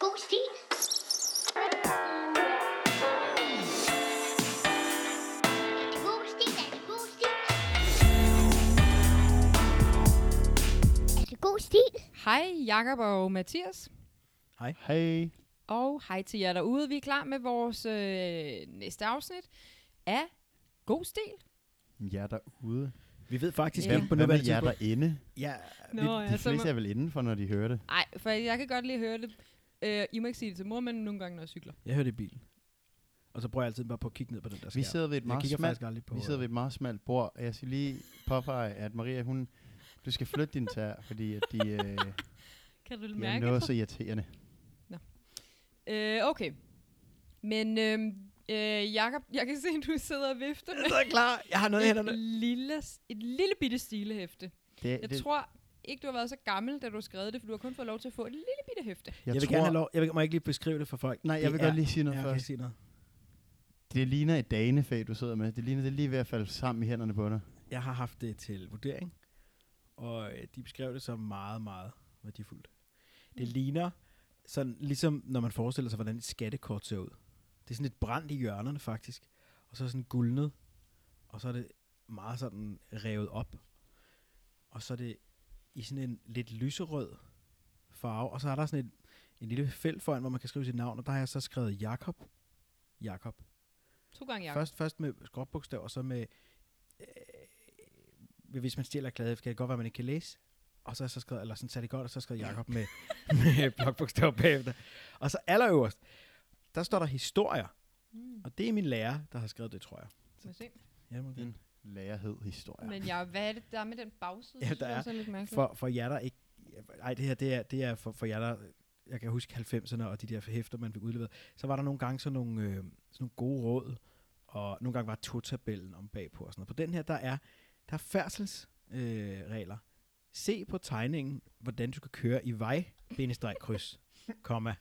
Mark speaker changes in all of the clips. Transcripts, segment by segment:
Speaker 1: Boosty. God stil.
Speaker 2: Hej Jakob og Mathias,
Speaker 3: Hej.
Speaker 2: og hej til jer derude. Vi er klar med vores øh, næste afsnit af God Stil.
Speaker 3: Jer derude.
Speaker 4: Vi ved faktisk
Speaker 2: Ja.
Speaker 4: ja.
Speaker 2: Hvem
Speaker 4: ikke på
Speaker 3: Hvad med
Speaker 4: nuværende
Speaker 3: jer
Speaker 4: tidspunkt.
Speaker 3: derinde?
Speaker 4: Ja,
Speaker 2: Nå,
Speaker 3: de, de
Speaker 2: så må-
Speaker 3: fleste er vel indenfor, når de hører det.
Speaker 2: Nej, for jeg kan godt lige høre det. Øh, I må ikke sige det til mor, men nogle gange, når jeg cykler.
Speaker 4: jeg hører det i bilen. Og så prøver jeg altid bare på at kigge ned på den der skærm.
Speaker 3: Vi sidder ved et
Speaker 4: jeg
Speaker 3: meget
Speaker 4: kigger
Speaker 3: smalt,
Speaker 4: faktisk aldrig på. øh.
Speaker 3: vi sidder ved et meget smalt bord, og jeg skal lige påpege, at Maria, hun, du skal flytte din tær, fordi at de, øh, de
Speaker 2: Kan du
Speaker 3: er noget så irriterende.
Speaker 2: Øh, okay. Men øh, øh, Jakob, jeg kan se, at du sidder og vifter
Speaker 4: Jeg sidder klar. Jeg har noget i
Speaker 2: med et
Speaker 4: hænderne.
Speaker 2: lille, et lille bitte stilehæfte.
Speaker 3: Det,
Speaker 2: Jeg tror ikke, du har været så gammel, da du har skrevet det, for du har kun fået lov til at få et lille bitte hæfte.
Speaker 4: Jeg, jeg vil gerne have lov. Jeg vil, må jeg ikke lige beskrive det for folk.
Speaker 3: Nej, jeg
Speaker 4: det
Speaker 3: vil godt lige sige
Speaker 4: Ja,
Speaker 3: noget
Speaker 4: jeg kan
Speaker 3: først.
Speaker 4: sige noget.
Speaker 3: Det ligner et danefag, du sidder med. Det ligner det er lige ved at falde sammen i hænderne på dig.
Speaker 4: Jeg har haft det til vurdering, og øh, de beskrev det som meget, meget værdifuldt. Det
Speaker 2: Mm.
Speaker 4: ligner, sådan, ligesom når man forestiller sig, hvordan et skattekort ser ud. Det er sådan lidt brændt i hjørnerne faktisk, og så er sådan guldnet, og så er det meget sådan revet op. Og så er det i sådan en lidt lyserød farve, og så er der sådan et, en lille felt foran, hvor man kan skrive sit navn, og der har jeg så skrevet Jakob. Jakob.
Speaker 2: To gange, Jakob.
Speaker 4: Først, først med skråbogstav, og så med... Øh, hvis man stjæler kladehæfte, kan det godt være, at man ikke kan læse. Og så er jeg så skrevet, eller sådan særlig godt, og så skrev Jacob med, med blokbogstav bagefter. Og så allerøverst, der står der historier.
Speaker 2: Mm,
Speaker 4: Og det er min lærer, der har skrevet det, tror jeg.
Speaker 2: må se.
Speaker 4: Ja, det må
Speaker 3: Din lærerhed historie.
Speaker 2: Men jeg, hvad er det, der er med den bagside?
Speaker 4: Ja,
Speaker 2: Det synes
Speaker 4: der
Speaker 2: jeg
Speaker 4: er.
Speaker 2: også er lidt mærkeligt.
Speaker 4: For, for jer, der ikke... Ej, det her, det er, det er for, for jer, der... Jeg kan huske 90'erne og de der hæfter, man fik udleveret. Så var der nogle gange sådan nogle, øh, sådan nogle gode råd, og nogle gange var totabellen om bagpå og sådan noget. På den her, der er, der er færdselsregler. Øh, regler. Se på tegningen, hvordan du kan køre i vej, benestreg, kryds, komma.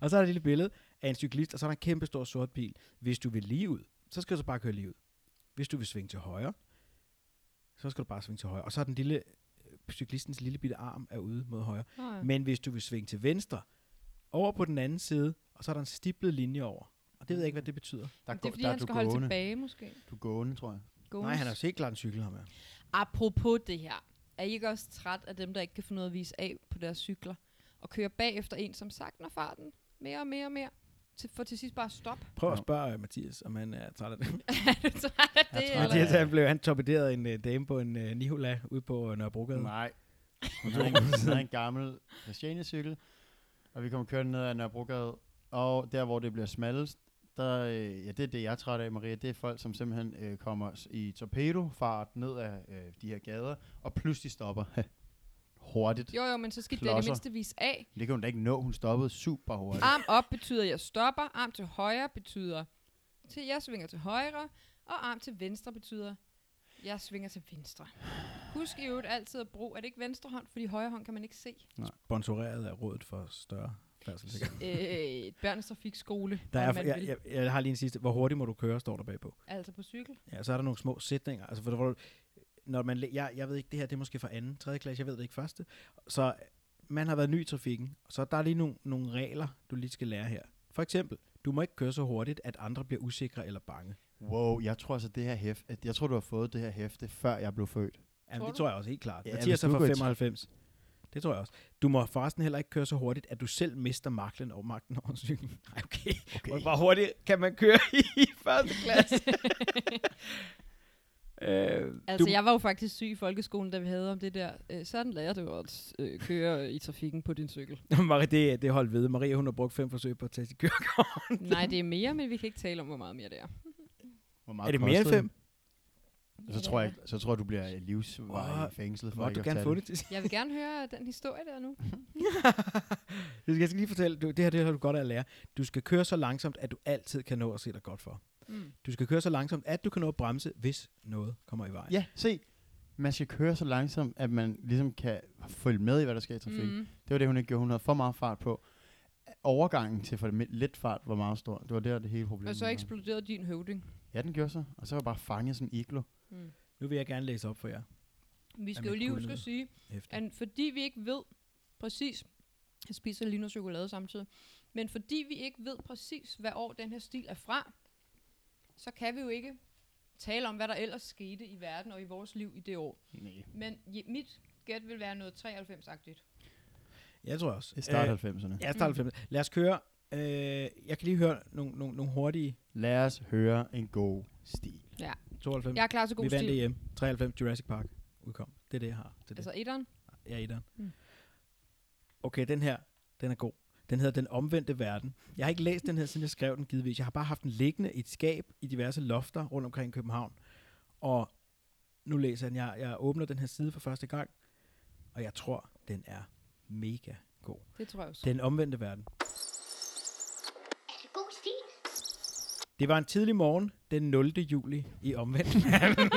Speaker 4: og så er der et lille billede af en cyklist, og så er der en kæmpe stor sort bil. Hvis du vil lige ud, så skal du så bare køre lige ud. Hvis du vil svinge til højre, så skal du bare svinge til højre. Og så er den lille cyklistens lille bitte arm er ude mod højre.
Speaker 2: Nå ja.
Speaker 4: Men hvis du vil svinge til venstre, over på den anden side, og så er der en stiplet linje over. Og det ved jeg ikke, hvad det betyder.
Speaker 3: Der,
Speaker 2: det er
Speaker 3: går-
Speaker 2: fordi,
Speaker 3: der er
Speaker 2: han
Speaker 3: du
Speaker 2: skal holde
Speaker 3: gående.
Speaker 2: tilbage, måske.
Speaker 3: Du er gående, tror jeg.
Speaker 2: Gående.
Speaker 4: Nej, han er jo helt klart en cykel, ham her.
Speaker 2: Apropos det her. Er I ikke også træt af dem, der ikke kan finde noget at vise af på deres cykler? Og køre bag efter en, som sagtner farten mere og mere og mere? Til, for til sidst bare stop.
Speaker 4: Prøv at
Speaker 3: Jo.
Speaker 4: spørge øh, Mathias, om han er træt af det.
Speaker 2: er du træt af
Speaker 3: Jeg
Speaker 2: det?
Speaker 3: er træt af
Speaker 2: Eller?
Speaker 4: Mathias, han blev han torpederet en øh, dame på en øh, Nihola ude på øh, Nørrebrogade.
Speaker 3: Nej. Hun havde, en, hun havde en gammel Christiania-cykel, og vi kom kørende ned ad Nørrebrogade, og der, hvor det bliver smallest, der, øh, ja, det er det, jeg er træt af, Maria, det er folk, som simpelthen øh, kommer s- i torpedofart ned ad øh, de her gader, og pludselig stopper hurtigt.
Speaker 2: Jo, jo, men så skal det i det
Speaker 3: Klodser.
Speaker 2: mindste vise af.
Speaker 3: Det kan hun da ikke nå, hun stoppede super hurtigt.
Speaker 2: Arm op betyder, at jeg stopper. Arm til højre betyder, til jeg svinger til højre. Og arm til venstre betyder, jeg svinger til venstre. Husk i øvrigt altid at bruge, er det ikke venstre hånd, fordi højre hånd kan man ikke se.
Speaker 4: Sponsoreret af Rådet for Større Færdselssikkerhed.
Speaker 2: Øh, børnens trafikskole,
Speaker 4: Der
Speaker 2: om
Speaker 4: er,
Speaker 2: man
Speaker 4: jeg,
Speaker 2: vil.
Speaker 4: jeg, jeg, har lige en sidste. Hvor hurtigt må du køre, står der bagpå.
Speaker 2: altså på cykel.
Speaker 4: Ja, så er der nogle små sætninger. Altså, for, hvor, når man, læ- jeg, jeg ved ikke, det her det er måske fra anden, tredje klasse, jeg ved det ikke første. Så man har været ny i trafikken, så der er lige nogle, nogle regler, du lige skal lære her. For eksempel, du må ikke køre så hurtigt, at andre bliver usikre eller bange.
Speaker 3: Wow, jeg tror altså, det her hæfte, jeg tror, du har fået det her hæfte, før jeg blev født.
Speaker 4: Jamen,
Speaker 2: Tror
Speaker 4: det
Speaker 2: du?
Speaker 4: tror jeg også helt klart.
Speaker 3: Ja,
Speaker 4: Ja, Mathias
Speaker 3: hvis
Speaker 4: er
Speaker 3: du
Speaker 4: fra
Speaker 3: går i tra-
Speaker 4: 95. Det tror jeg også. Du må forresten heller ikke køre så hurtigt, at du selv mister magten over, magten over cyklen. Nej, okay. okay. Hvor hurtigt kan man køre i første klasse? øh,
Speaker 2: Altså, du... jeg var jo faktisk syg i folkeskolen, da vi havde om det der. Øh, sådan lærer du at øh, køre i trafikken på din cykel.
Speaker 4: Marie, det, det holdt ved. Maria, hun har brugt fem forsøg på at tage sit kørekort.
Speaker 2: Nej, det er mere, men vi kan ikke tale om, hvor meget mere det er.
Speaker 3: Hvor meget
Speaker 4: Er det mere end
Speaker 3: kostede
Speaker 4: fem?
Speaker 3: den? Så tror jeg, så tror jeg, du bliver livsvarig
Speaker 4: Åh,
Speaker 3: oh, fængslet for
Speaker 4: Må
Speaker 3: ikke
Speaker 4: du
Speaker 3: at
Speaker 4: gerne
Speaker 3: tage
Speaker 4: få det til sidst.
Speaker 2: Jeg vil gerne høre den historie der nu.
Speaker 4: Jeg skal lige fortælle, du, det her det har du godt af at lære. Du skal køre så langsomt, at du altid kan nå at se dig godt for.
Speaker 2: Mm.
Speaker 4: Du skal køre så langsomt, at du kan nå at bremse, hvis noget kommer i vejen.
Speaker 3: Ja, se. Man skal køre så langsomt, at man ligesom kan følge med i, hvad der sker i trafikken. Mm.
Speaker 2: Mm.
Speaker 3: Det var det, hun ikke gjorde. Hun havde for meget fart på. Overgangen til for det mi- let fart var meget stor. Det var der, det hele problem.
Speaker 2: Og så eksploderede din høvding.
Speaker 3: Ja, den gjorde så. Og så var jeg bare fanget som en iglo.
Speaker 2: Mm.
Speaker 4: Nu vil jeg gerne læse op for jer.
Speaker 2: Vi skal
Speaker 4: Jamen,
Speaker 2: jo lige
Speaker 4: kunne
Speaker 2: huske
Speaker 4: det.
Speaker 2: at sige,
Speaker 4: Hæfte.
Speaker 2: at fordi vi ikke ved præcis, Jeg spiser lige noget chokolade samtidig. Men fordi vi ikke ved præcis, hvad år den her stil er fra, så kan vi jo ikke tale om, hvad der ellers skete i verden og i vores liv i det år.
Speaker 3: Nej.
Speaker 2: Men je- mit gæt vil være noget 93-agtigt.
Speaker 4: Jeg tror også.
Speaker 3: Det er start
Speaker 4: Øh,
Speaker 3: 90'erne.
Speaker 4: Ja, start 90'erne. Lad os køre. Øh, jeg kan lige høre nogle, nogle, nogle hurtige
Speaker 3: Lad os høre en god stil.
Speaker 4: 92.
Speaker 2: Jeg er klar til god
Speaker 4: vi vandt
Speaker 2: stil.
Speaker 4: hjem. 93 Jurassic Park udkom. Det er det, jeg har. Det er det.
Speaker 2: Altså etteren.
Speaker 4: Ja, i den.
Speaker 2: Mm.
Speaker 4: Okay, den her, den er god. Den hedder Den omvendte verden. Jeg har ikke læst den her, siden jeg skrev den givetvis. Jeg har bare haft den liggende i et skab i diverse lofter rundt omkring i København. Og nu læser jeg den. Jeg, jeg åbner den her side for første gang, og jeg tror, den er mega god.
Speaker 2: Det tror jeg også.
Speaker 4: Den omvendte verden.
Speaker 1: Er det god stil?
Speaker 4: Det var en tidlig morgen, den 0. juli i omvendt verden.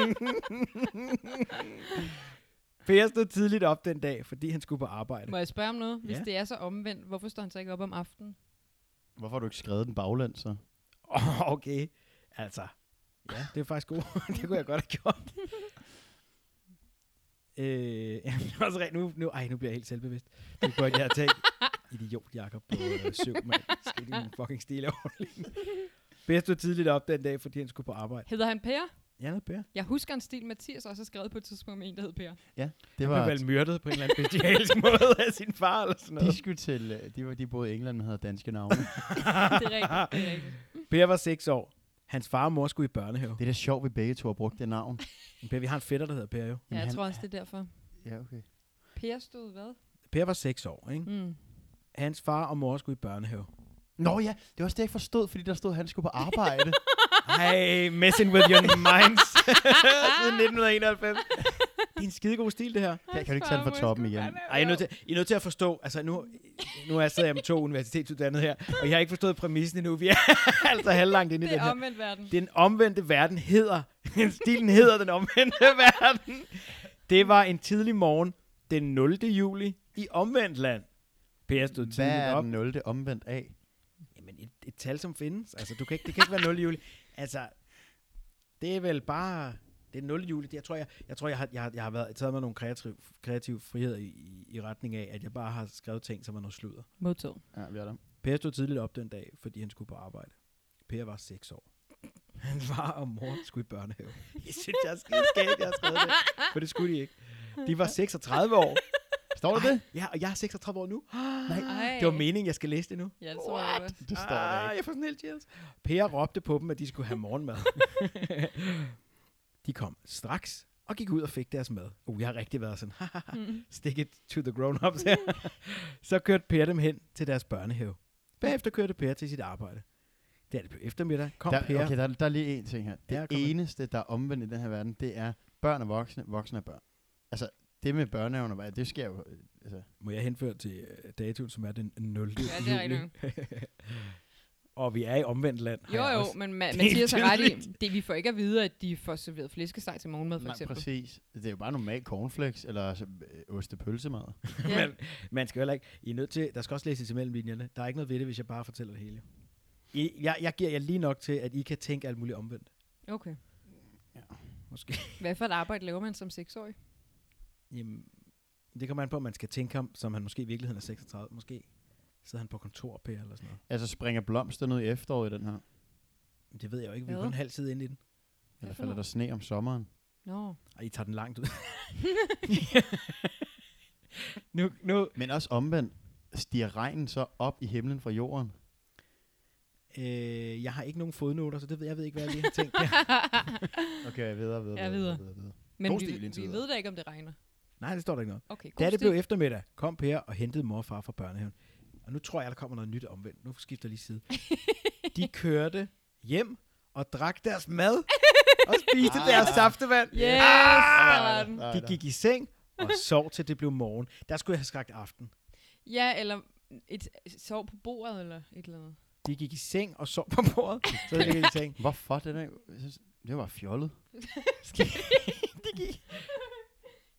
Speaker 4: Per stod tidligt op den dag, fordi han skulle på arbejde.
Speaker 2: Må jeg spørge om noget? Hvis
Speaker 4: Ja.
Speaker 2: det er så omvendt, hvorfor står han så ikke op om aftenen?
Speaker 3: Hvorfor har du ikke skrevet den baglæns så?
Speaker 4: Åh, okay. Altså, ja, det er faktisk god. det kunne jeg godt have gjort. øh, jamen, det er også rent nu, nu, ej, nu bliver jeg helt selvbevidst. Det kunne jeg have tænkt. Idiot Jakob på øh, syv, mand. Skal din fucking stille ordentligt. Bedst du tidligt op den dag, fordi han skulle på arbejde.
Speaker 2: Hedder han Per?
Speaker 4: Ja, det Per.
Speaker 2: Jeg husker en stil, Mathias også har skrevet på et tidspunkt med en, der hed Per.
Speaker 3: Det
Speaker 4: Han
Speaker 3: var,
Speaker 4: blev vel myrdet på en eller anden bestialsk måde af sin far eller sådan
Speaker 3: de
Speaker 4: noget.
Speaker 3: skulle til, øh, de, var, de boede i England, men havde danske navne.
Speaker 2: Det er rigtigt. Det er rigtigt.
Speaker 4: Per var seks år. Hans far og mor skulle i børnehave.
Speaker 3: det er da sjovt, vi begge to har brugt det navn.
Speaker 4: Men Per, vi har en fætter, der hedder Per jo.
Speaker 2: Ja,
Speaker 3: Jamen,
Speaker 2: jeg
Speaker 3: han-
Speaker 2: tror også, det er derfor.
Speaker 3: Ja, okay.
Speaker 2: Per stod hvad?
Speaker 4: Per var seks år, ikke?
Speaker 2: Mm.
Speaker 4: Hans far og mor skulle i børnehave.
Speaker 3: Nå ja, det var også det, jeg ikke forstod, fordi der stod, at han skulle på arbejde.
Speaker 4: Hey, messing with your minds. Siden 1991. Det er en skidegod stil, det her.
Speaker 3: Her kan du ikke tage den fra toppen igen.
Speaker 4: Ej, I er nødt til, I er nødt til at forstå, altså nu, nu er jeg sidder jeg med to universitetsuddannede her, og jeg har ikke forstået præmissen endnu. Vi er altså halvlangt inde i
Speaker 2: Det
Speaker 4: den
Speaker 2: er
Speaker 4: her.
Speaker 2: omvendt verden.
Speaker 4: Den omvendte verden hedder, stilen hedder den omvendte verden. Det var en tidlig morgen, den 0. juli, i omvendt land. Per stod
Speaker 3: Hvad
Speaker 4: tidligt
Speaker 3: er
Speaker 4: op.
Speaker 3: den 0. omvendt af?
Speaker 4: Jamen, et, et tal, som findes. Altså, du kan ikke, det kan ikke være 0 juli. Altså, det er vel bare... Det er 0 juli. Det, jeg tror, jeg, jeg, tror, jeg har, jeg har, jeg har været, taget mig nogle kreative, kreative friheder i, i, i, retning af, at jeg bare har skrevet ting, som er noget sludder.
Speaker 2: Modtaget.
Speaker 3: Ja, vi er der.
Speaker 4: Per stod tidligt op den dag, fordi han skulle på arbejde. Per var 6 år. Han var og mor skulle i børnehave. Jeg synes, jeg er skideskægt, jeg har skrevet det. For det skulle de ikke. De var 36 år.
Speaker 3: Står der det?
Speaker 4: Ja, og jeg er 36 år nu.
Speaker 2: Ej.
Speaker 4: Det var meningen, jeg skal læse det nu.
Speaker 2: Ja, det tror jeg også.
Speaker 3: Det står der ikke.
Speaker 4: Ah, jeg får sådan helt chills. Per råbte på dem, at de skulle have morgenmad. de kom straks og gik ud og fik deres mad. Uh, jeg har rigtig været sådan, haha,
Speaker 2: Mm.
Speaker 4: stick it to the grown-ups her. så kørte Per dem hen til deres børnehave. Bagefter kørte Per til sit arbejde. Det er det blev eftermiddag. Kom
Speaker 3: Der,
Speaker 4: Per.
Speaker 3: okay, der, der er lige én ting her. Det
Speaker 4: Ja,
Speaker 3: ja,
Speaker 4: kom med.
Speaker 3: eneste, der er omvendt i den her verden, det er børn og voksne, voksne og børn. Altså, det med børnehaven og børn, det sker jo... øh, Altså,
Speaker 4: Må jeg henføre til øh, datoen, som er den 0.
Speaker 2: Ja, det er
Speaker 4: juli. og vi er i omvendt land. har
Speaker 2: Jo,
Speaker 4: jeg
Speaker 2: jo,
Speaker 4: også.
Speaker 2: men Ma-
Speaker 4: Det er
Speaker 2: Mathias har ret i,
Speaker 4: tydeligt.
Speaker 2: det, vi får ikke at vide, at de får serveret flæskesteg til morgenmad, for
Speaker 3: nej,
Speaker 2: eksempel.
Speaker 3: præcis. Det er jo bare normal cornflakes eller altså, øh, ostepølsemad.
Speaker 2: Ja.
Speaker 4: Men man skal heller ikke... I er nødt til... Der skal også læses imellem linjerne. Der er ikke noget ved det, hvis jeg bare fortæller det hele. I, jeg, jeg giver jer lige nok til, at I kan tænke alt muligt omvendt.
Speaker 2: Okay.
Speaker 4: Måske.
Speaker 2: Hvad for et arbejde laver man som seksårig?
Speaker 4: Jamen, det kommer an på, om man skal tænke ham, som han måske i virkeligheden er 36. Måske sidder han på kontor, Per, eller sådan noget.
Speaker 3: Altså, springer blomsterne ud i efteråret i den her?
Speaker 4: Men det ved jeg jo ikke. Vi er
Speaker 2: Hvad?
Speaker 4: kun en halv side inde i den.
Speaker 3: Eller
Speaker 2: for
Speaker 3: falder
Speaker 2: noget?
Speaker 3: der sne om sommeren?
Speaker 2: Nå.
Speaker 4: Og I tager den langt ud. nu, nu,
Speaker 3: Men også omvendt, stiger regnen så op i himlen fra jorden?
Speaker 4: øh, jeg har ikke nogen fodnoter, så det ved jeg ved ikke, hvad jeg lige har tænkt. der.
Speaker 3: Okay, videre, videre,
Speaker 2: Ja, videre.
Speaker 3: videre, videre.
Speaker 2: Men
Speaker 3: God
Speaker 2: vi,
Speaker 3: stil indtil
Speaker 2: vi
Speaker 3: videre.
Speaker 2: ved da ikke, om det regner.
Speaker 4: Nej, det står der ikke noget.
Speaker 2: Okay, god
Speaker 4: Da det
Speaker 2: stil.
Speaker 4: blev eftermiddag, kom Per og hentede mor og far fra børnehaven. Og nu tror jeg, der kommer noget nyt omvendt. Nu skifter jeg lige side. De kørte hjem og drak deres mad og spiste
Speaker 3: Ah.
Speaker 4: deres saftevand.
Speaker 2: Yes,
Speaker 3: Ah!
Speaker 2: sådan.
Speaker 4: De gik i seng og sov til det blev morgen. Der skulle jeg have skrækt aften.
Speaker 2: Ja, eller et sov på bordet, eller et eller andet.
Speaker 4: De gik i seng og sov på bordet. Så de gik i seng.
Speaker 3: Hvorfor det der? Jeg synes, Det var fjollet.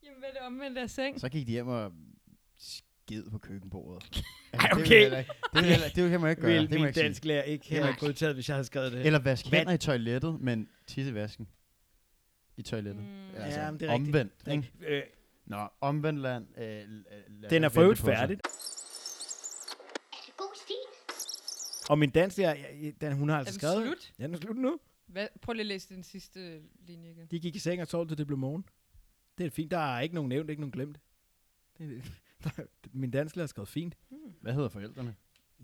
Speaker 2: Jamen, hvad er det omvendt af seng?
Speaker 3: Så gik de hjem og sked på køkkenbordet.
Speaker 4: Ej,
Speaker 3: Altså, det vil
Speaker 4: okay.
Speaker 3: jeg heller ikke- Det, vil jeg heller- det, det kan man ikke gøre.
Speaker 4: Vil
Speaker 3: det må
Speaker 4: min
Speaker 3: jeg ikke sige.
Speaker 4: dansklærer ikke
Speaker 3: må jeg
Speaker 4: have
Speaker 3: ikke
Speaker 4: godtaget, hvis jeg havde skrevet det.
Speaker 3: Eller vask
Speaker 4: Vand.
Speaker 3: hænder i toilettet, men tisse i vasken. I toilettet. altså,
Speaker 2: Mm.
Speaker 4: Ja, men det er rigtigt.
Speaker 3: omvendt. Ikke?
Speaker 4: Øh,
Speaker 3: Nå, omvendt land. Øh, l- øh, lad
Speaker 4: den er
Speaker 3: vente
Speaker 4: for øvrigt
Speaker 3: på sig.
Speaker 4: færdig. Og min dansk, der, ja, den, hun har
Speaker 2: Er
Speaker 4: altså
Speaker 2: den
Speaker 4: skrevet...
Speaker 2: slut?
Speaker 4: Ja, den er slut nu.
Speaker 2: Hvad? Prøv lige at læse den sidste linje igen.
Speaker 4: De gik i seng og sov, til det blev morgen. Det er fint. Der er ikke nogen nævnt, ikke nogen glemt. Det, der, min dansklærer har skrevet fint.
Speaker 3: Hvad hedder forældrene?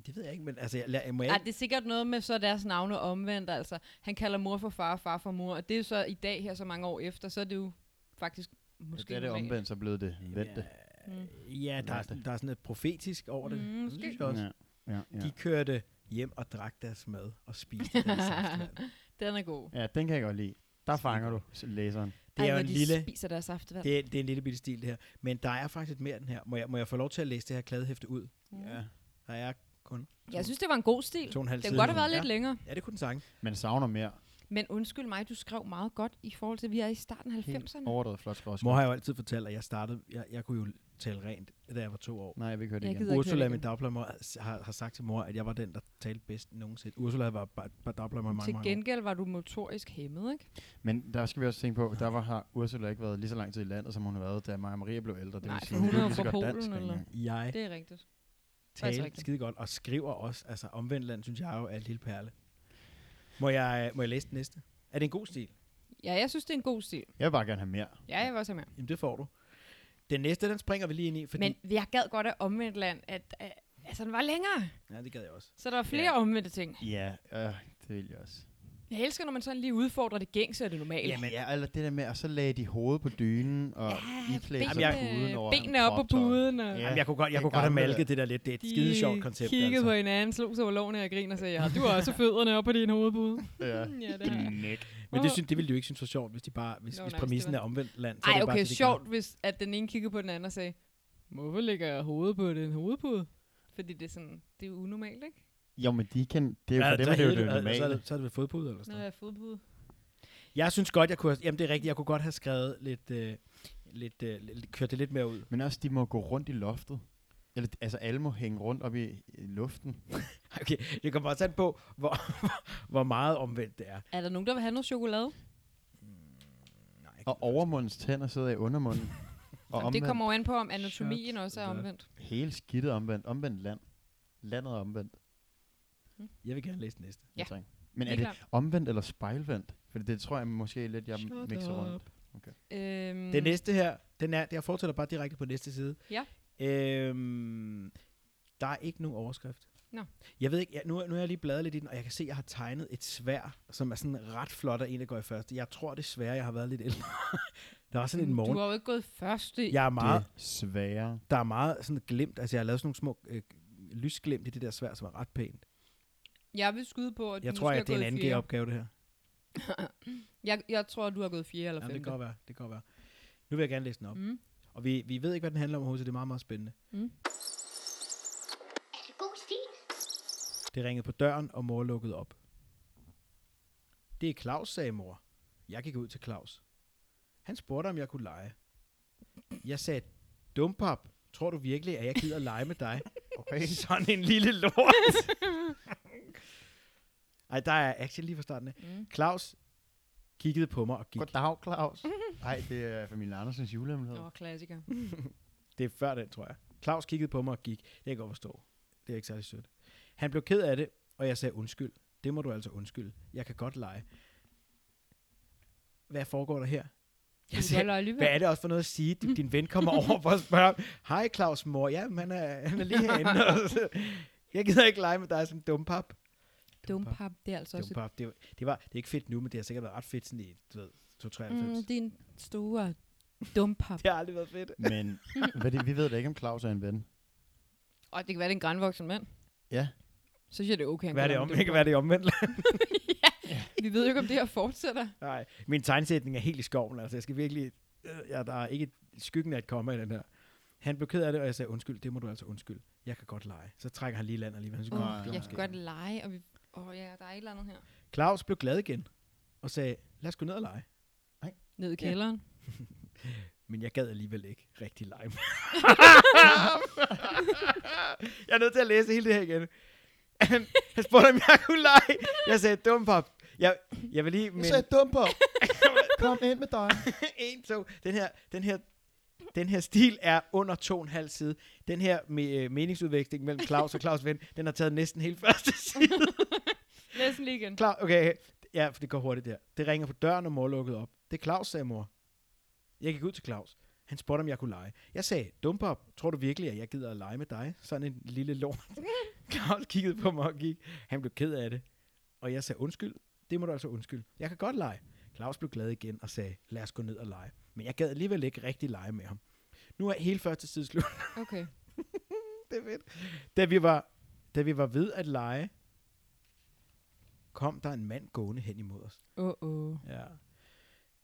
Speaker 4: Det ved jeg ikke, men altså, jeg, jeg, må jeg
Speaker 2: Ej,
Speaker 4: ikke?
Speaker 2: det er sikkert noget med så deres navne omvendt, altså. Han kalder mor for far og far for mor, og det er jo så i dag her så mange år efter, så er det jo faktisk måske
Speaker 3: Måske det er det
Speaker 2: normalt.
Speaker 3: omvendt, så blev det vente.
Speaker 4: Mm. Ja, der er, sådan- der er sådan et profetisk over det.
Speaker 2: Mm,
Speaker 4: Det
Speaker 2: måske.
Speaker 4: synes jeg også.
Speaker 3: ja, ja.
Speaker 4: De kørte hjem og drak deres mad og spiste deres saftevand.
Speaker 2: Den er god.
Speaker 3: ja, den kan jeg godt lide. Der fanger du s- læseren.
Speaker 4: Det er
Speaker 2: Ej,
Speaker 4: jo
Speaker 2: hvor
Speaker 4: en
Speaker 2: de
Speaker 4: lille,
Speaker 2: spiser deres aftevand.
Speaker 4: det er, det er en lille bitte stil, det her. Men der er faktisk lidt mere end her. Må jeg, må jeg få lov til at læse det her kladehæfte ud?
Speaker 3: Ja.
Speaker 4: Der er kun
Speaker 2: Jeg synes, det var en god stil.
Speaker 4: to og en halv
Speaker 2: Det
Speaker 4: side
Speaker 2: kunne godt have
Speaker 4: nu.
Speaker 2: været
Speaker 4: ja.
Speaker 2: lidt længere.
Speaker 4: Ja, det kunne den sange.
Speaker 3: Men savner mere.
Speaker 2: Men undskyld mig, du skrev meget godt i forhold til, at vi er i starten af 90'erne.
Speaker 3: Overdrevet flot skrås.
Speaker 4: Mor har jo altid fortalt, at jeg startede, jeg, jeg kunne jo tale rent, da jeg var to år.
Speaker 3: Nej, jeg vil ikke høre det
Speaker 2: Jeg
Speaker 3: igen.
Speaker 2: gider ikke høre
Speaker 4: Ursula,
Speaker 2: det
Speaker 4: min
Speaker 2: igen.
Speaker 4: dagplejemor, har, har sagt til mor, at jeg var den, der talte bedst nogensinde. Ursula var bare, bare dagplejemor i mange,
Speaker 2: Til
Speaker 4: mange år.
Speaker 2: gengæld var du motorisk hæmmet, ikke?
Speaker 3: Men der skal vi også tænke på, der var, har Ursula ikke været lige så lang tid i landet, som hun har været, da mig og Maria blev ældre. Det
Speaker 2: Nej,
Speaker 3: vil sige,
Speaker 2: for hun
Speaker 3: kunne
Speaker 2: er jo
Speaker 3: lige så
Speaker 2: fra
Speaker 3: godt
Speaker 2: Polen,
Speaker 3: dansk
Speaker 2: eller?
Speaker 3: dengang.
Speaker 4: Jeg
Speaker 2: Det er rigtigt. faktisk
Speaker 4: talte
Speaker 2: rigtigt.
Speaker 4: skide godt og skriver også. Altså omvendt land, synes jeg jo er et lille perle. Må jeg, må jeg læse den næste? Er det en god stil?
Speaker 2: Ja, jeg synes, det er en god stil.
Speaker 3: Jeg vil bare gerne have mere.
Speaker 2: Ja, jeg vil også have med.
Speaker 4: Jamen, det får du. Den næste, den springer vi lige ind i, fordi...
Speaker 2: Men jeg gad godt at omvendt land, at, at, altså, den var længere.
Speaker 4: Ja, det gad jeg også.
Speaker 2: Så der var flere ja. omvendte ting.
Speaker 3: Ja, øh, det vil jeg også.
Speaker 2: Jeg elsker, når man sådan lige udfordrer det gængse og det normale.
Speaker 3: Jamen, ja, eller det der med, og så lagde de hovedet på dynen, og ja, iklædte sig
Speaker 4: benene-
Speaker 3: puden over
Speaker 2: benene op på puden, og
Speaker 3: Ja,
Speaker 4: Ja, Jamen, jeg kunne godt, jeg
Speaker 3: det
Speaker 4: kunne godt have
Speaker 3: gamle
Speaker 4: malket det der lidt. Det er et skide sjovt koncept,
Speaker 2: kiggede
Speaker 4: altså.
Speaker 2: på hinanden, slog sig over lårene og grinede og sagde, ja, du har også fødderne op på din hovedpude.
Speaker 3: Ja.
Speaker 2: ja, det har jeg.
Speaker 4: Men det, synes, det ville du ikke synes var sjovt, hvis, de bare, hvis,
Speaker 2: Nå,
Speaker 4: hvis
Speaker 2: nej, hvis
Speaker 4: præmissen
Speaker 2: det
Speaker 4: er
Speaker 2: var-
Speaker 4: omvendt land. Så er
Speaker 2: Ej,
Speaker 4: det bare
Speaker 2: okay,
Speaker 4: det, de
Speaker 2: sjovt, hvis at den ene kiggede på den anden og sagde, hvorfor ligger jeg hovedet på den hovedpude? Fordi det er sådan, det er jo unormalt, ikke?
Speaker 3: Jo, men de kan, det er
Speaker 4: gør.
Speaker 3: jo
Speaker 4: Ja,
Speaker 3: for
Speaker 4: så
Speaker 3: dem, er det er jo
Speaker 4: hed altså, Så er
Speaker 3: det normale.
Speaker 4: det, så er det ved fodpude eller sådan
Speaker 2: Når
Speaker 4: noget.
Speaker 2: jeg er fodpude.
Speaker 4: Jeg synes godt, jeg kunne have, Jamen, det er rigtigt. Jeg kunne godt have skrevet lidt... Øh, lidt, øh, lidt kørt det lidt mere ud.
Speaker 3: Men også, de må gå rundt i loftet. Eller, altså, alle må hænge rundt op i, i luften.
Speaker 4: Okay, det kommer også an på, hvor, hvor meget omvendt det er.
Speaker 2: Er der nogen, der vil have noget chokolade?
Speaker 4: Nej, jeg
Speaker 3: Og overmundens tænder sidder i undermunden. og
Speaker 2: Jamen, det
Speaker 3: omvendt,
Speaker 2: kommer jo an på, om anatomien
Speaker 4: Shut
Speaker 2: også er
Speaker 4: up.
Speaker 2: omvendt.
Speaker 3: hele skidtet omvendt. Omvendt land. Landet er omvendt.
Speaker 4: jeg vil gerne læse den næste.
Speaker 2: Ja.
Speaker 3: Ja. Tak. Men er
Speaker 2: Helt
Speaker 3: det
Speaker 2: klart.
Speaker 3: omvendt eller spejlvendt? For det tror jeg måske lidt, jeg mixer rundt.
Speaker 2: Øhm,
Speaker 4: Den næste her, den er, jeg fortsætter bare direkte på næste side.
Speaker 2: Ja.
Speaker 4: Øhm, der er ikke nogen overskrift.
Speaker 2: Nå.
Speaker 4: Jeg ved ikke, jeg, nu, nu har jeg lige bladret lidt i den, og jeg kan se, at jeg har tegnet et svær, som er sådan ret flot, og en, der går i første. Jeg tror desværre, jeg har været lidt ældre. der er sådan en
Speaker 2: Du
Speaker 4: morgen.
Speaker 2: har jo ikke gået første.
Speaker 4: Jeg er meget,
Speaker 3: Det svære.
Speaker 4: der er meget sådan glimt, altså jeg har lavet sådan nogle små øh, lysglimt i det der svær, som er ret pænt.
Speaker 2: Jeg vil skyde på, at du
Speaker 4: Jeg
Speaker 2: måske
Speaker 4: tror,
Speaker 2: har
Speaker 4: at det er en
Speaker 2: gået
Speaker 4: anden
Speaker 2: fjerde.
Speaker 4: G-opgave, det her.
Speaker 2: Jeg, jeg tror, at du har gået fjerde eller
Speaker 4: Ja,
Speaker 2: femte.
Speaker 4: det kan godt være, det kan godt være. Nu vil jeg gerne læse den op.
Speaker 2: Mm.
Speaker 4: Og vi, vi ved ikke, hvad den handler om overhovedet, så det er meget, meget spændende.
Speaker 1: Er det god stil?
Speaker 4: Det ringede på døren, og mor lukkede op. Det er Claus, sagde mor. Jeg gik ud til Claus. Han spurgte, om jeg kunne lege. Jeg sagde, dumpap, tror du virkelig, at jeg gider lege med dig?
Speaker 3: Okay.
Speaker 4: Sådan en lille lort. Ej, der er action lige fra starten af.
Speaker 2: Mm.
Speaker 4: Claus kiggede på mig og gik.
Speaker 3: Goddag, Claus. Nej, det er familien Andersens julehemmelighed.
Speaker 2: Nå, klassiker.
Speaker 4: Det er før den, tror jeg. Claus kiggede på mig og gik. Det kan jeg godt forstå. Det er ikke særlig sødt. Han blev ked af det, og jeg sagde undskyld. Det må du altså undskylde. Jeg kan godt lege. Hvad foregår der her? Jeg
Speaker 2: Du holder
Speaker 4: sagde,
Speaker 2: alligevel.
Speaker 4: hvad er det også for noget at sige? Din, din ven kommer over for at spørge, hej Claus mor, ja, men han er, han er lige herinde. jeg gider ikke lege med dig som dumpap.
Speaker 2: Dumpap, det er altså også
Speaker 4: Dumpap. Det, var, det, var, det er ikke fedt nu, men det har sikkert været ret fedt sådan i, du ved, 293.
Speaker 2: Mm,
Speaker 4: Mm, det...
Speaker 2: din store dumpap.
Speaker 4: det har aldrig været fedt.
Speaker 3: Men hvad det, vi ved da ikke, om Claus er en ven.
Speaker 2: Og det kan være, det er en grænvoksen mand.
Speaker 3: Ja.
Speaker 2: Så synes jeg, det er okay. han
Speaker 4: Hvad er det
Speaker 2: kalder
Speaker 4: om?
Speaker 2: ham
Speaker 4: Ikke? Hvad er det omvendt?
Speaker 2: dumpap. Vi ved jo ikke, om det her fortsætter.
Speaker 4: Nej, min tegnsætning er helt i skoven, altså jeg skal virkelig, øh, ja, der er ikke et, skyggen af et komma i den her. Han blev ked af det, og jeg sagde, undskyld, det må du altså undskylde. Jeg kan godt lege. Så trækker han lige land alligevel. Han synes,
Speaker 2: Åh,
Speaker 4: godt,
Speaker 2: oh,
Speaker 4: det var
Speaker 2: jeg
Speaker 4: måske
Speaker 2: kan
Speaker 4: ikke.
Speaker 2: godt lege, og vi... Åh oh, ja, der er et eller andet her.
Speaker 4: Claus blev glad igen og sagde, lad os gå ned og lege.
Speaker 2: Ned i kælderen.
Speaker 4: Men jeg gad alligevel ikke rigtig lege. med ham. jeg er nødt til at læse hele det her igen. Han, han spurgte, om jeg kunne lege. Jeg sagde, dum pop. Jeg, jeg vil lige... Men...
Speaker 3: dum på. Kom ind med dig.
Speaker 4: en, to. Den her, den her Den her stil er under 2,5 side. Den her me- øh, meningsudveksling mellem Claus og Claus ven, den har taget næsten helt første side.
Speaker 2: Læs den lige igen.
Speaker 4: Klar, okay. Ja, for det går hurtigt der. Det ringer på døren, og mor lukkede op. Det er Claus, sagde mor. Jeg gik ud til Claus. Han spurgte, om jeg kunne lege. Jeg sagde, dumpop, tror du virkelig, at jeg gider at lege med dig? Sådan en lille lort. Claus kiggede på mig og gik. Han blev ked af det. Og jeg sagde, undskyld. Det må du altså undskylde. Jeg kan godt lege. Claus blev glad igen og sagde, lad os gå ned og lege. Men jeg gad alligevel ikke rigtig lege med ham. Nu er hele første side slut.
Speaker 2: Okay.
Speaker 4: Det er fedt. Da vi var, da vi var ved at lege, kom der en mand gående hen imod os.
Speaker 2: Åh, oh, åh. Oh.
Speaker 4: Ja.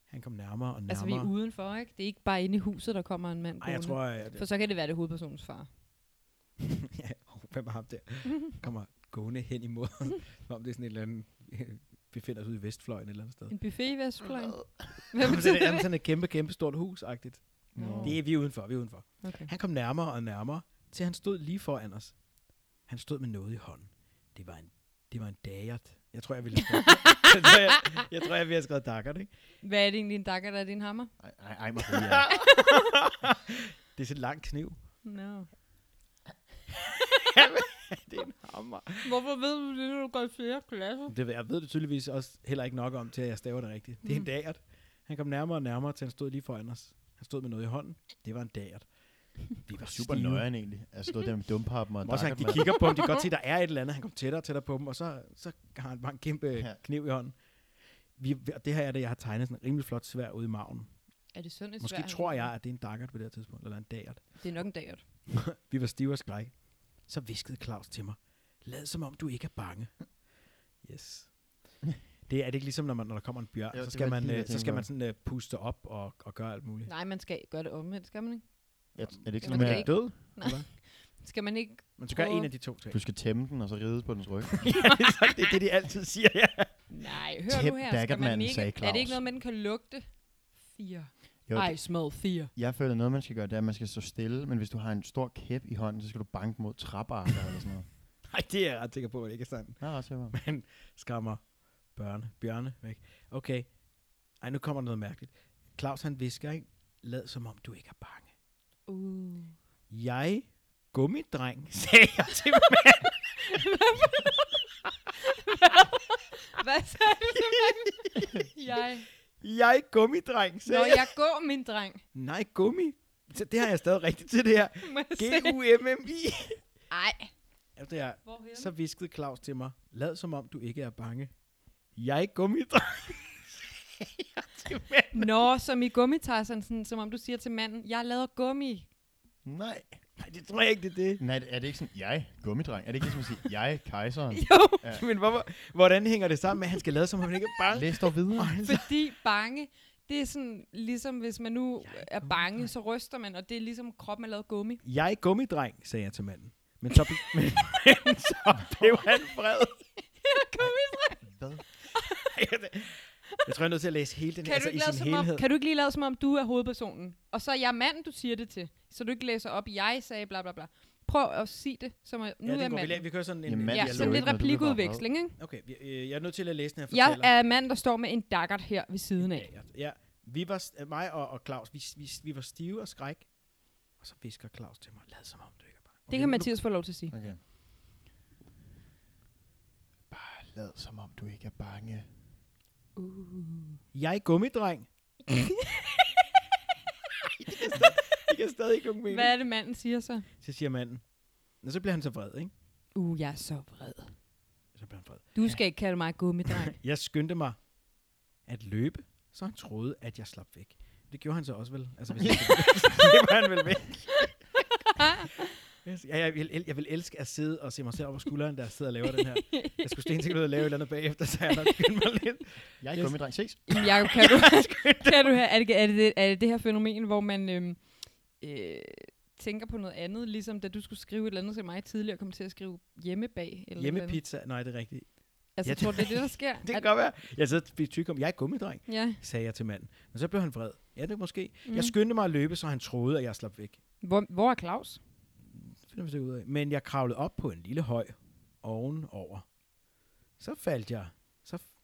Speaker 4: Han kom nærmere og nærmere.
Speaker 2: Altså, vi er udenfor, ikke? Det er ikke bare inde i huset, der kommer en mand
Speaker 4: Ej, jeg
Speaker 2: gående.
Speaker 4: tror, at
Speaker 2: For så kan det være det er hovedpersonens far.
Speaker 4: ja, oh, hvem er ham der? Kommer gående hen imod, som om det er sådan et eller andet, befinder sig ude i Vestfløjen et eller andet sted.
Speaker 2: En buffet i Vestfløjen. Hvem
Speaker 4: Jamen,
Speaker 2: er
Speaker 4: sådan,
Speaker 2: det?
Speaker 4: jamen, sådan et kæmpe, kæmpe stort hus-agtigt.
Speaker 2: Nå.
Speaker 4: Det er vi er udenfor, vi er udenfor.
Speaker 2: Okay.
Speaker 4: Han kom nærmere og nærmere, til han stod lige foran os. Han stod med noget i hånden. Det var en, det var en dagert. Jeg tror, jeg ville have skrevet, jeg, tror, jeg, jeg tror, jeg ville have skrevet daggert, ikke?
Speaker 2: Hvad er det egentlig, en dakker, der er din hammer?
Speaker 3: Ej, ej, ej Maria.
Speaker 4: Det er sådan en lang kniv.
Speaker 2: No.
Speaker 4: det er en hammer.
Speaker 2: Hvorfor ved du det, når du går i flere klasser?
Speaker 4: Det ved, jeg ved det tydeligvis også heller ikke nok om, til at jeg staver det rigtigt. Det er en dagert. Han kom nærmere og nærmere, til han stod lige foran os. Han stod med noget i hånden. Det var en dagert. Vi var
Speaker 3: Super
Speaker 4: stive.
Speaker 3: nøjeren egentlig. Altså stod der med dumpappen og
Speaker 4: Også han, de
Speaker 3: dakkermad.
Speaker 4: kigger på ham, de kan godt se, der er et eller andet. Han kom tættere og tættere på dem, og så, så har han bare en kæmpe
Speaker 3: Ja.
Speaker 4: ja. kniv i hånden. Vi, og det her er det, jeg har tegnet sådan en rimelig flot svær ude i maven.
Speaker 2: Er det sådan et
Speaker 4: Måske
Speaker 2: sværd?
Speaker 4: tror jeg, at det er en daggert på det her tidspunkt, eller en dagert.
Speaker 2: Det er nok en dagert.
Speaker 4: Vi var stive af skræk. Så viskede Claus til mig. Lad som om, du ikke er bange. Yes. Det er det ikke ligesom, når, man, når der kommer en bjørn,
Speaker 3: Jo,
Speaker 4: så
Speaker 3: det
Speaker 4: skal
Speaker 3: var
Speaker 4: man,
Speaker 3: lige det,
Speaker 4: øh,
Speaker 3: jeg
Speaker 4: så
Speaker 3: tænkte
Speaker 4: skal man
Speaker 3: på.
Speaker 4: sådan øh, puste op og, og gøre alt muligt.
Speaker 2: Nej, man skal gøre det omvendt, skal man ikke?
Speaker 3: Ja, Er det ikke
Speaker 2: Jamen,
Speaker 3: sådan,
Speaker 2: det er
Speaker 3: at død?
Speaker 2: Skal man ikke?
Speaker 4: Man skal gøre
Speaker 2: Prøv.
Speaker 4: en af de to ting.
Speaker 3: Du skal tæmme den, og så rides på dens ryg.
Speaker 4: ja, det er sådan- det, er det, de altid siger, ja.
Speaker 2: Nej, hør
Speaker 3: Tæp
Speaker 2: nu her. Skal man
Speaker 3: daggermanden,
Speaker 2: ikke?
Speaker 3: sagde
Speaker 2: Er det ikke
Speaker 3: Claus.
Speaker 2: noget, man kan lugte? Fire.
Speaker 3: Jo,
Speaker 2: Ej, smad fire.
Speaker 3: Jeg føler, noget man skal gøre, det er, at man skal stå stille, men hvis du har en stor kæp i hånden, så skal du banke mod trappearker eller sådan noget.
Speaker 4: Nej, det er jeg ret sikker på, at det ikke er sandt.
Speaker 3: Jeg er også sikker på.
Speaker 4: Man skammer børne, bjørne væk. Okay. Ej, nu kommer der noget mærkeligt. Claus han visker, ikke? Lad som om, du ikke er bange.
Speaker 2: Uh.
Speaker 4: Jeg, gummidreng, sagde jeg til mig.
Speaker 2: Hvad sagde du til mig? Jeg.
Speaker 4: Jeg, gummidreng,
Speaker 2: Nå,
Speaker 4: sagde jeg.
Speaker 2: jeg går, min dreng.
Speaker 4: Nej, gummi. Så det har jeg stadig rigtigt til det her.
Speaker 2: Må jeg se?
Speaker 4: G-U-M-M-I.
Speaker 2: Ej.
Speaker 4: Efter jeg,
Speaker 2: Hvorhen?
Speaker 4: så viskede Claus til mig. Lad som om, du ikke er bange. Jeg, gummidreng, sagde jeg til mig.
Speaker 2: Nå, som i gummitarsen, sådan, som om du siger til manden, jeg laver gummi.
Speaker 3: Nej.
Speaker 4: Nej, det tror jeg ikke, det er det.
Speaker 3: Nej, er det ikke sådan, jeg, gummidreng? Er det ikke ligesom at sige, jeg, kejseren?
Speaker 2: Jo,
Speaker 4: Men hvorfor, hvordan hænger det sammen med, at han skal lade som om, han ikke er bange?
Speaker 3: Læs dog videre.
Speaker 4: Og han
Speaker 2: fordi bange, det er sådan, ligesom hvis man nu er bange, så ryster man, og det er ligesom kroppen er lavet gummi.
Speaker 4: Jeg er gummidreng, sagde jeg til manden. Men så, ble- men, men så blev han vred.
Speaker 3: Hvad?
Speaker 4: Jeg tror, jeg er nødt til at læse hele den
Speaker 2: Kan,
Speaker 4: her,
Speaker 2: du
Speaker 4: altså,
Speaker 2: ikke
Speaker 4: i
Speaker 2: lade,
Speaker 4: sin
Speaker 2: som om,
Speaker 4: helhed.
Speaker 2: kan du ikke lige lade som om, du er hovedpersonen? Og så er jeg manden, du siger det til. Så du ikke læser op, jeg sagde bla bla bla. Prøv at sige det, som er, nu
Speaker 4: ja,
Speaker 2: er
Speaker 4: det går vi, la-
Speaker 2: manden.
Speaker 4: vi kører sådan en...
Speaker 3: Jamen,
Speaker 4: en
Speaker 3: mand,
Speaker 2: Ja,
Speaker 3: jeg
Speaker 2: sådan
Speaker 3: laver
Speaker 2: lidt
Speaker 3: ikke noget, du bliver bare vred.
Speaker 2: replikudveksling, ikke?
Speaker 4: Okay, vi, øh, jeg er nødt til at læse den her
Speaker 2: Jeg
Speaker 4: fortæller.
Speaker 2: er manden, der står med en dakkert her ved siden af.
Speaker 4: Ja, ja. Vi var, s- øh, mig og, og Claus, vi, vi, vi var stive og skræk. Og så visker Claus til mig, lad som om du ikke er bange.
Speaker 2: Det kan Mathias få lov til at sige.
Speaker 3: Okay. Bare lad som om, du ikke er bange.
Speaker 4: Jeg er gummidreng.
Speaker 2: Uh.
Speaker 4: det kan stadig ikke nogen mening.
Speaker 2: Hvad er det, manden siger så?
Speaker 4: Så siger manden. Og så bliver han så vred, ikke?
Speaker 2: Uh, jeg er så vred.
Speaker 4: Så bliver han vred.
Speaker 2: Du skal ikke kalde mig gummidreng.
Speaker 4: Jeg skyndte mig at løbe, så han troede, at jeg slap væk. Det gjorde han så også vel. Altså, hvis han det var han vel væk. Yes. Ja, jeg, vil, el- jeg vil elske at sidde og se mig selv over skulderen, der jeg sidder og laver den her. Jeg skulle stensikkert ud og lave et eller andet bagefter, så jeg nok skyndte mig lidt.
Speaker 3: Jeg er
Speaker 4: Yes.
Speaker 3: gummidreng. Ses.
Speaker 2: Jamen, Jacob, kan du, kan du have, er, det, er, det, er det det her fænomen, hvor man øhm, øh, tænker på noget andet, ligesom da du skulle skrive et eller andet til mig tidligere, kom til at skrive hjemmebag? Eller noget andet?
Speaker 4: Hjemmepizza, nej det er rigtigt.
Speaker 2: Altså,
Speaker 4: Ja,
Speaker 2: jeg tror, det er det, der sker.
Speaker 4: Det kan
Speaker 2: at,
Speaker 4: godt være. Jeg sidder og spiser tyk om, jeg er gummidreng,
Speaker 2: ja.
Speaker 4: sagde jeg til manden. Men så blev han vred. Ja, det måske. Mm.
Speaker 2: Mm.
Speaker 4: Jeg skyndte mig at løbe, så han troede, at jeg slap væk.
Speaker 2: Hvor, hvor er Claus?
Speaker 4: Det finder vi så ud af. Men jeg kravlede op på en lille høj ovenover. Så faldt jeg. Så, f-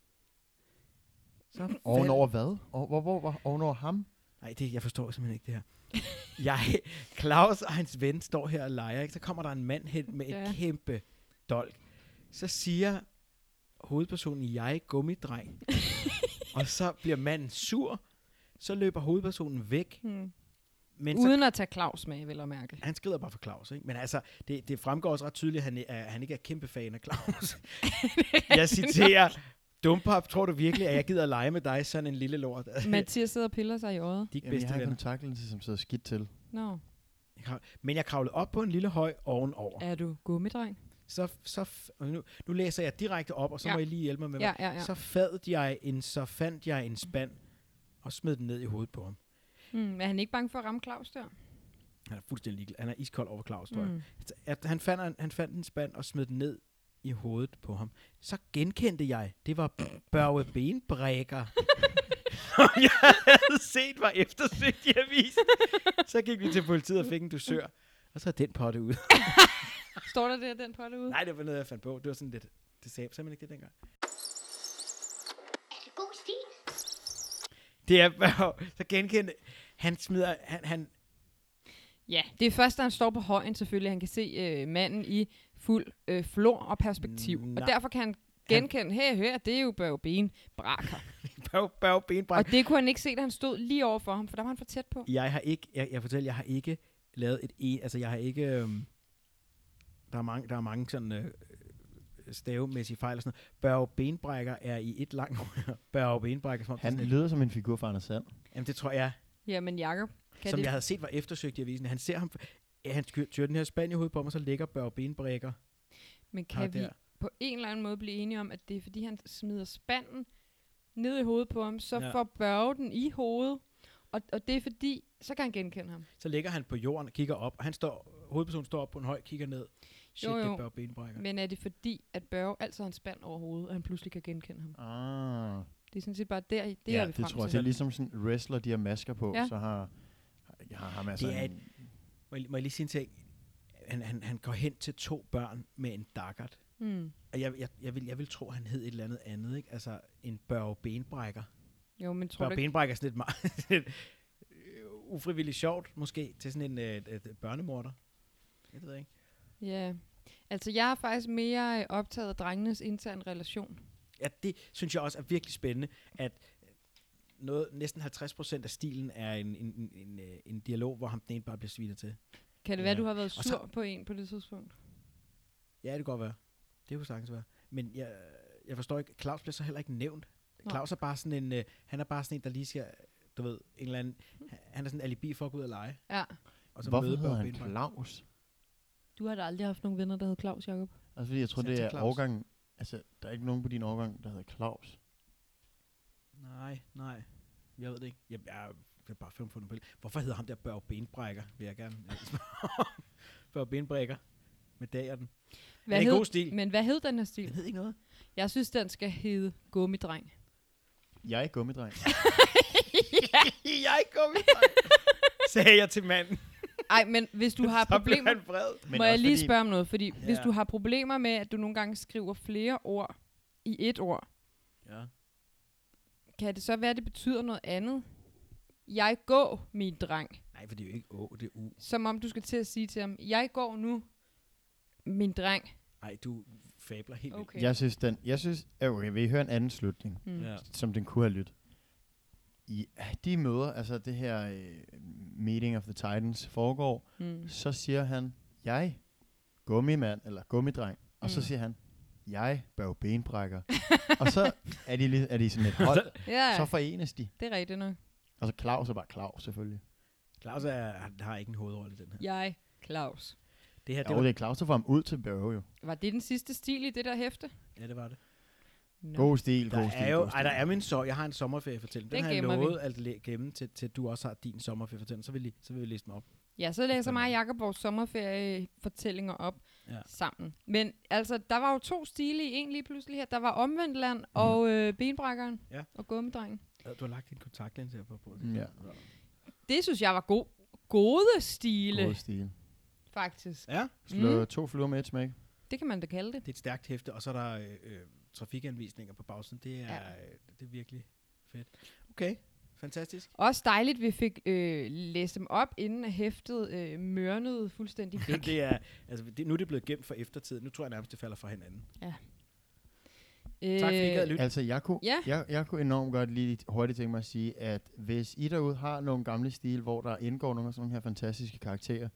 Speaker 4: så faldt-
Speaker 3: Ovenover hvad? Og, hvor, hvor, hvor, ovenover ham?
Speaker 4: Nej, det, jeg forstår simpelthen ikke det her. Jeg, Claus og hans ven står her og leger, ikke? så kommer der en mand hen med ja.
Speaker 2: Ja.
Speaker 4: et kæmpe dolk. Så siger hovedpersonen, jeg er gummidreng. og så bliver manden sur, så løber hovedpersonen væk,
Speaker 2: Hmm.
Speaker 4: men så
Speaker 2: Uden at tage Claus med, vil jeg mærke.
Speaker 4: han skrider bare for Claus, ikke? Men altså, det, det fremgår også ret tydeligt, at han, er, han ikke er kæmpe fan af Claus. jeg citerer, Dumpap, tror du virkelig, at jeg gider at lege med dig, sådan en lille lort?
Speaker 2: Mathias sidder og piller sig i øjet.
Speaker 4: De er ikke
Speaker 3: Jamen, jeg
Speaker 4: bedste
Speaker 3: har
Speaker 4: venner.
Speaker 3: kontaktlinse, som sidder skidt til.
Speaker 2: Nå,
Speaker 4: Jeg krav- Men jeg kravlede op på en lille høj ovenover.
Speaker 2: er du gummidreng?
Speaker 4: Så, så f- og nu, nu læser jeg direkte op, og så ja.
Speaker 2: Ja.
Speaker 4: må I lige hjælpe mig med
Speaker 2: Ja, ja,
Speaker 4: hvad-
Speaker 2: ja.
Speaker 4: Så fadet jeg en, så fandt jeg en spand, og smed den ned i hovedet på ham.
Speaker 2: Mm, er han ikke bange for at ramme Claus der?
Speaker 4: Han er fuldstændig ligeglad. Han er iskold over Claus, tror jeg. Altså,
Speaker 2: Mm.
Speaker 4: at han fandt, en- han fandt en spand og smed den ned i hovedet på ham. Så genkendte jeg, det var Børge Benbrækker, som jeg havde set var eftersøgt i avisen. Så gik vi til politiet og fik en dusør, og så er den potte ude.
Speaker 2: Står der der den potte ude?
Speaker 4: Nej, det var noget, jeg fandt på. Det var sådan lidt, det sagde jeg simpelthen ikke det dengang.
Speaker 1: Er det god stil?
Speaker 4: Det er Børge, så genkendte, han smider, han, han,
Speaker 2: Ja, det er først, da han står på højen selvfølgelig. Han kan se øh, manden i fuld øh, flor og perspektiv.
Speaker 4: Nej.
Speaker 2: Og derfor kan han genkende, her, her, det er jo Børge Ben Braker.
Speaker 4: Børge, Børge Benbrækker.
Speaker 2: og det kunne han ikke se, da han stod lige over for ham, for der var han for tæt på.
Speaker 4: Jeg har ikke, jeg, jeg fortæller, jeg har ikke lavet et e, altså jeg har ikke, øhm, der er mange, der er mange sådan øh, stavemæssige fejl og sådan noget. Børge Benbrækker er i et langt ord. Børge Benbrækker, som om det er
Speaker 3: Han
Speaker 4: sådan et-
Speaker 3: lyder som en figur fra Anders Sand.
Speaker 4: jamen det tror jeg,
Speaker 2: Ja, men Jacob, kan
Speaker 4: som
Speaker 2: det?
Speaker 4: jeg havde set var eftersøgt i avisen. Han ser ham, ja, han skyr- tyrer den her spand i hovedet på mig, så ligger Børge Benbrækker
Speaker 2: men
Speaker 4: her
Speaker 2: kan vi
Speaker 4: der.
Speaker 2: på en eller anden måde blive enige om, at det er, fordi han smider spanden ned i hovedet på ham, så
Speaker 4: Ja.
Speaker 2: ja. får Børge den i hovedet. Og, og det er fordi, så kan han genkende ham.
Speaker 4: Så ligger han på jorden og kigger op, og han står, hovedpersonen står op på en høj, kigger ned. Shit,
Speaker 2: Jo,
Speaker 4: det er
Speaker 2: jo.
Speaker 4: Børge Benbrækker.
Speaker 2: Men er det fordi, at Børge altid har en spand over hovedet, og han pludselig kan genkende ham?
Speaker 3: Ah.
Speaker 2: Det er sådan set bare der, det
Speaker 3: ja,
Speaker 2: er vi
Speaker 3: det
Speaker 2: frem
Speaker 3: tror jeg.
Speaker 2: til.
Speaker 3: Det er ligesom sådan wrestler, de har masker på,
Speaker 2: Ja.
Speaker 3: så har, har ham altså
Speaker 4: Det er
Speaker 3: en,
Speaker 4: Må jeg, må jeg lige sige en ting? Han, han, han går hen til to børn med en dakkert.
Speaker 2: Mm.
Speaker 4: Og jeg, jeg, jeg, vil, jeg vil tro, han hed et eller andet andet, ikke? Altså en børge benbrækker.
Speaker 2: Jo, men tror
Speaker 4: Børge
Speaker 2: du ikke?
Speaker 4: benbrækker er sådan lidt meget sådan lidt, øh, ufrivilligt sjovt, måske, til sådan en øh, øh, børnemorder. Jeg ved jeg ikke.
Speaker 2: Ja. Altså, jeg er faktisk mere øh, optaget af drengenes interne relation.
Speaker 4: Ja, det synes jeg også er virkelig spændende, at noget, næsten 50% af stilen er en, en, en, en, øh, en dialog, hvor ham den ene bare bliver svinet til.
Speaker 2: Kan det
Speaker 4: Ja.
Speaker 2: være, du har været sur
Speaker 4: Og så-
Speaker 2: på en på det tidspunkt?
Speaker 4: Ja, det kan godt være. Det kunne sagtens være. Men jeg, jeg forstår ikke, Claus bliver så heller ikke nævnt.
Speaker 2: Nå.
Speaker 4: Claus er bare sådan en, øh, han er bare sådan en, der lige siger, du ved, en eller anden, han er sådan en alibi for at gå ud og lege.
Speaker 2: Ja.
Speaker 4: Og så
Speaker 3: Hvorfor
Speaker 4: møde
Speaker 3: hedder
Speaker 4: Børge
Speaker 3: han
Speaker 4: Benbræk.
Speaker 3: Claus?
Speaker 2: Du har da aldrig haft nogen venner, der hedder Claus, Jacob.
Speaker 3: Altså fordi jeg tror,
Speaker 4: Så han
Speaker 3: det
Speaker 4: til
Speaker 3: er
Speaker 4: Claus.
Speaker 3: årgang... Altså, der er ikke nogen på din årgang, der hedder Claus.
Speaker 4: Nej, nej. Jeg ved det ikke. Jeg, jeg, jeg kan bare finde på noget. Hvorfor hedder ham der Børge Benbrækker, vil jeg gerne øh, spørge om. Børge Benbrækker. Med dagerten.
Speaker 2: Hvad
Speaker 4: det er
Speaker 2: hed,
Speaker 4: god stil.
Speaker 2: Men hvad hed den her
Speaker 4: Den
Speaker 2: stil?
Speaker 4: hed ikke noget.
Speaker 2: Jeg synes, den skal hedde Gummidreng.
Speaker 3: Jeg er gummidreng.
Speaker 4: jeg er ikke kommet Sagde jeg til manden.
Speaker 2: Ej, men hvis du har
Speaker 4: Så blev
Speaker 2: problemer...
Speaker 4: han vred.
Speaker 2: Men må jeg
Speaker 3: også
Speaker 2: lige
Speaker 3: fordi-
Speaker 2: spørge om noget? Fordi hvis
Speaker 4: Ja.
Speaker 2: du har problemer med, at du nogle gange skriver flere ord i et ord,
Speaker 4: Ja.
Speaker 2: kan det så være, at det betyder noget andet? Jeg går, min dreng.
Speaker 4: Nej, for det er jo ikke Å, det er U.
Speaker 2: Som om du skal til at sige til ham, jeg går nu, min dreng.
Speaker 4: Nej, du fabler helt vildt.
Speaker 2: Okay.
Speaker 3: Jeg synes, den... Jeg synes... ja, Okay, vi hører en anden slutning,
Speaker 2: Mm.
Speaker 4: Ja.
Speaker 3: som den kunne have lyttet. I de møder, altså det her øh, Meeting of the Titans foregår,
Speaker 2: Mm.
Speaker 3: så siger han, jeg, gummimand, eller gummidreng, og så
Speaker 2: Mm.
Speaker 3: siger han, jeg bør jo benbrækker. og så er de, lige, er de sådan et hold,
Speaker 2: Ja,
Speaker 3: så forenes de.
Speaker 2: det er rigtigt nok.
Speaker 3: Og så Claus er bare Claus, selvfølgelig.
Speaker 4: Claus er, han har ikke en hovedrolle i den her.
Speaker 2: Jeg, Claus.
Speaker 4: Det her,
Speaker 3: Ja,
Speaker 4: det
Speaker 3: det, jo, det
Speaker 4: var,
Speaker 3: er Claus, der får ham ud til Børge, jo.
Speaker 2: Var det den sidste stil i det der hæfte?
Speaker 4: ja, det var det.
Speaker 2: No.
Speaker 3: God stil,
Speaker 4: Der
Speaker 3: god stil,
Speaker 4: er jo,
Speaker 3: god stil.
Speaker 4: ej, der er min sorg. Jeg har en sommerferiefortælling. Den,
Speaker 2: Den
Speaker 4: den har jeg
Speaker 2: gemmer vi.
Speaker 4: lovet at læ- gemme, til, til du også har din sommerferiefortælling. Så vil, I, så vil vi læse den op.
Speaker 2: Ja, så læser mig og Jacob vores sommerferiefortællinger op
Speaker 4: Ja.
Speaker 2: ja. sammen. Men altså, der var jo to stile i en lige pludselig her. Der var omvendt land og øh, benbrækkeren
Speaker 4: Mm. Ja.
Speaker 2: og gummidrengen.
Speaker 4: Ja, Du har lagt din kontaktlinse her på bordet.
Speaker 3: Ja.
Speaker 2: Det synes jeg var god. gode stile,
Speaker 3: God
Speaker 2: god.
Speaker 3: stil.
Speaker 2: faktisk.
Speaker 4: Ja,
Speaker 3: Slå mm. to fluer med et smæk.
Speaker 2: Det kan man da kalde det.
Speaker 4: det er et stærkt hæfte. Og så er der øh, øh, trafikanvisninger på bagsiden. Det er, ja. det er virkelig fedt. Okay, Fantastisk.
Speaker 2: Også dejligt, vi fik øh, læst dem op, inden at hæftet øh, mørnede fuldstændig Øh, væk.
Speaker 4: det er, altså, det, nu er det blevet gemt for eftertiden. Nu tror jeg nærmest, det falder fra hinanden. Tak fordi I gad lytte.
Speaker 3: Altså, jeg kunne,
Speaker 2: Ja.
Speaker 3: jeg, jeg kunne enormt godt lige hurtigt tænke mig at sige, at hvis I derude har nogle gamle stil, hvor der indgår nogle af sådan nogle her fantastiske karakterer,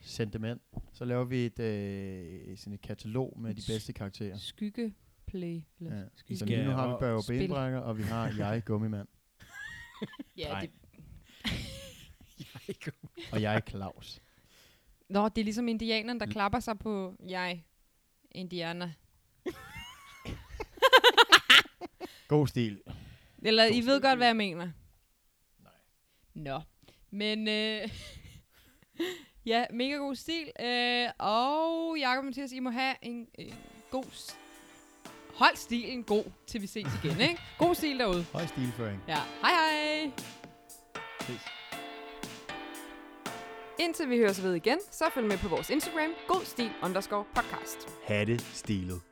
Speaker 3: send dem ind. Så laver vi et, øh, sådan et katalog med de bedste karakterer.
Speaker 2: Skyggeplay. Eller
Speaker 3: Ja.
Speaker 2: ja. skygge.
Speaker 3: Så lige nu har vi
Speaker 4: og
Speaker 3: Børge
Speaker 2: spil.
Speaker 3: Benbrækker, og vi har Jeg Gummimand,
Speaker 2: ja, det,
Speaker 3: og jeg er Claus.
Speaker 2: Nå, det er ligesom indianerne, der
Speaker 3: Mm.
Speaker 2: klapper sig på jeg. Indianer.
Speaker 3: God stil.
Speaker 2: Eller I ved godt, hvad jeg mener. Nej. Nå. Men øh, ja, mega god stil. Øh, og Jacob og Mathias, I må have en øh, god... s- Hold stilen god, til vi ses igen, ikke? God stil derude.
Speaker 3: Høj stilføring.
Speaker 2: Ja, hej hej!
Speaker 3: Ses.
Speaker 2: Indtil vi høres ved igen, så følg med på vores Instagram, godstil underscore podcast.
Speaker 5: Hatte stilet.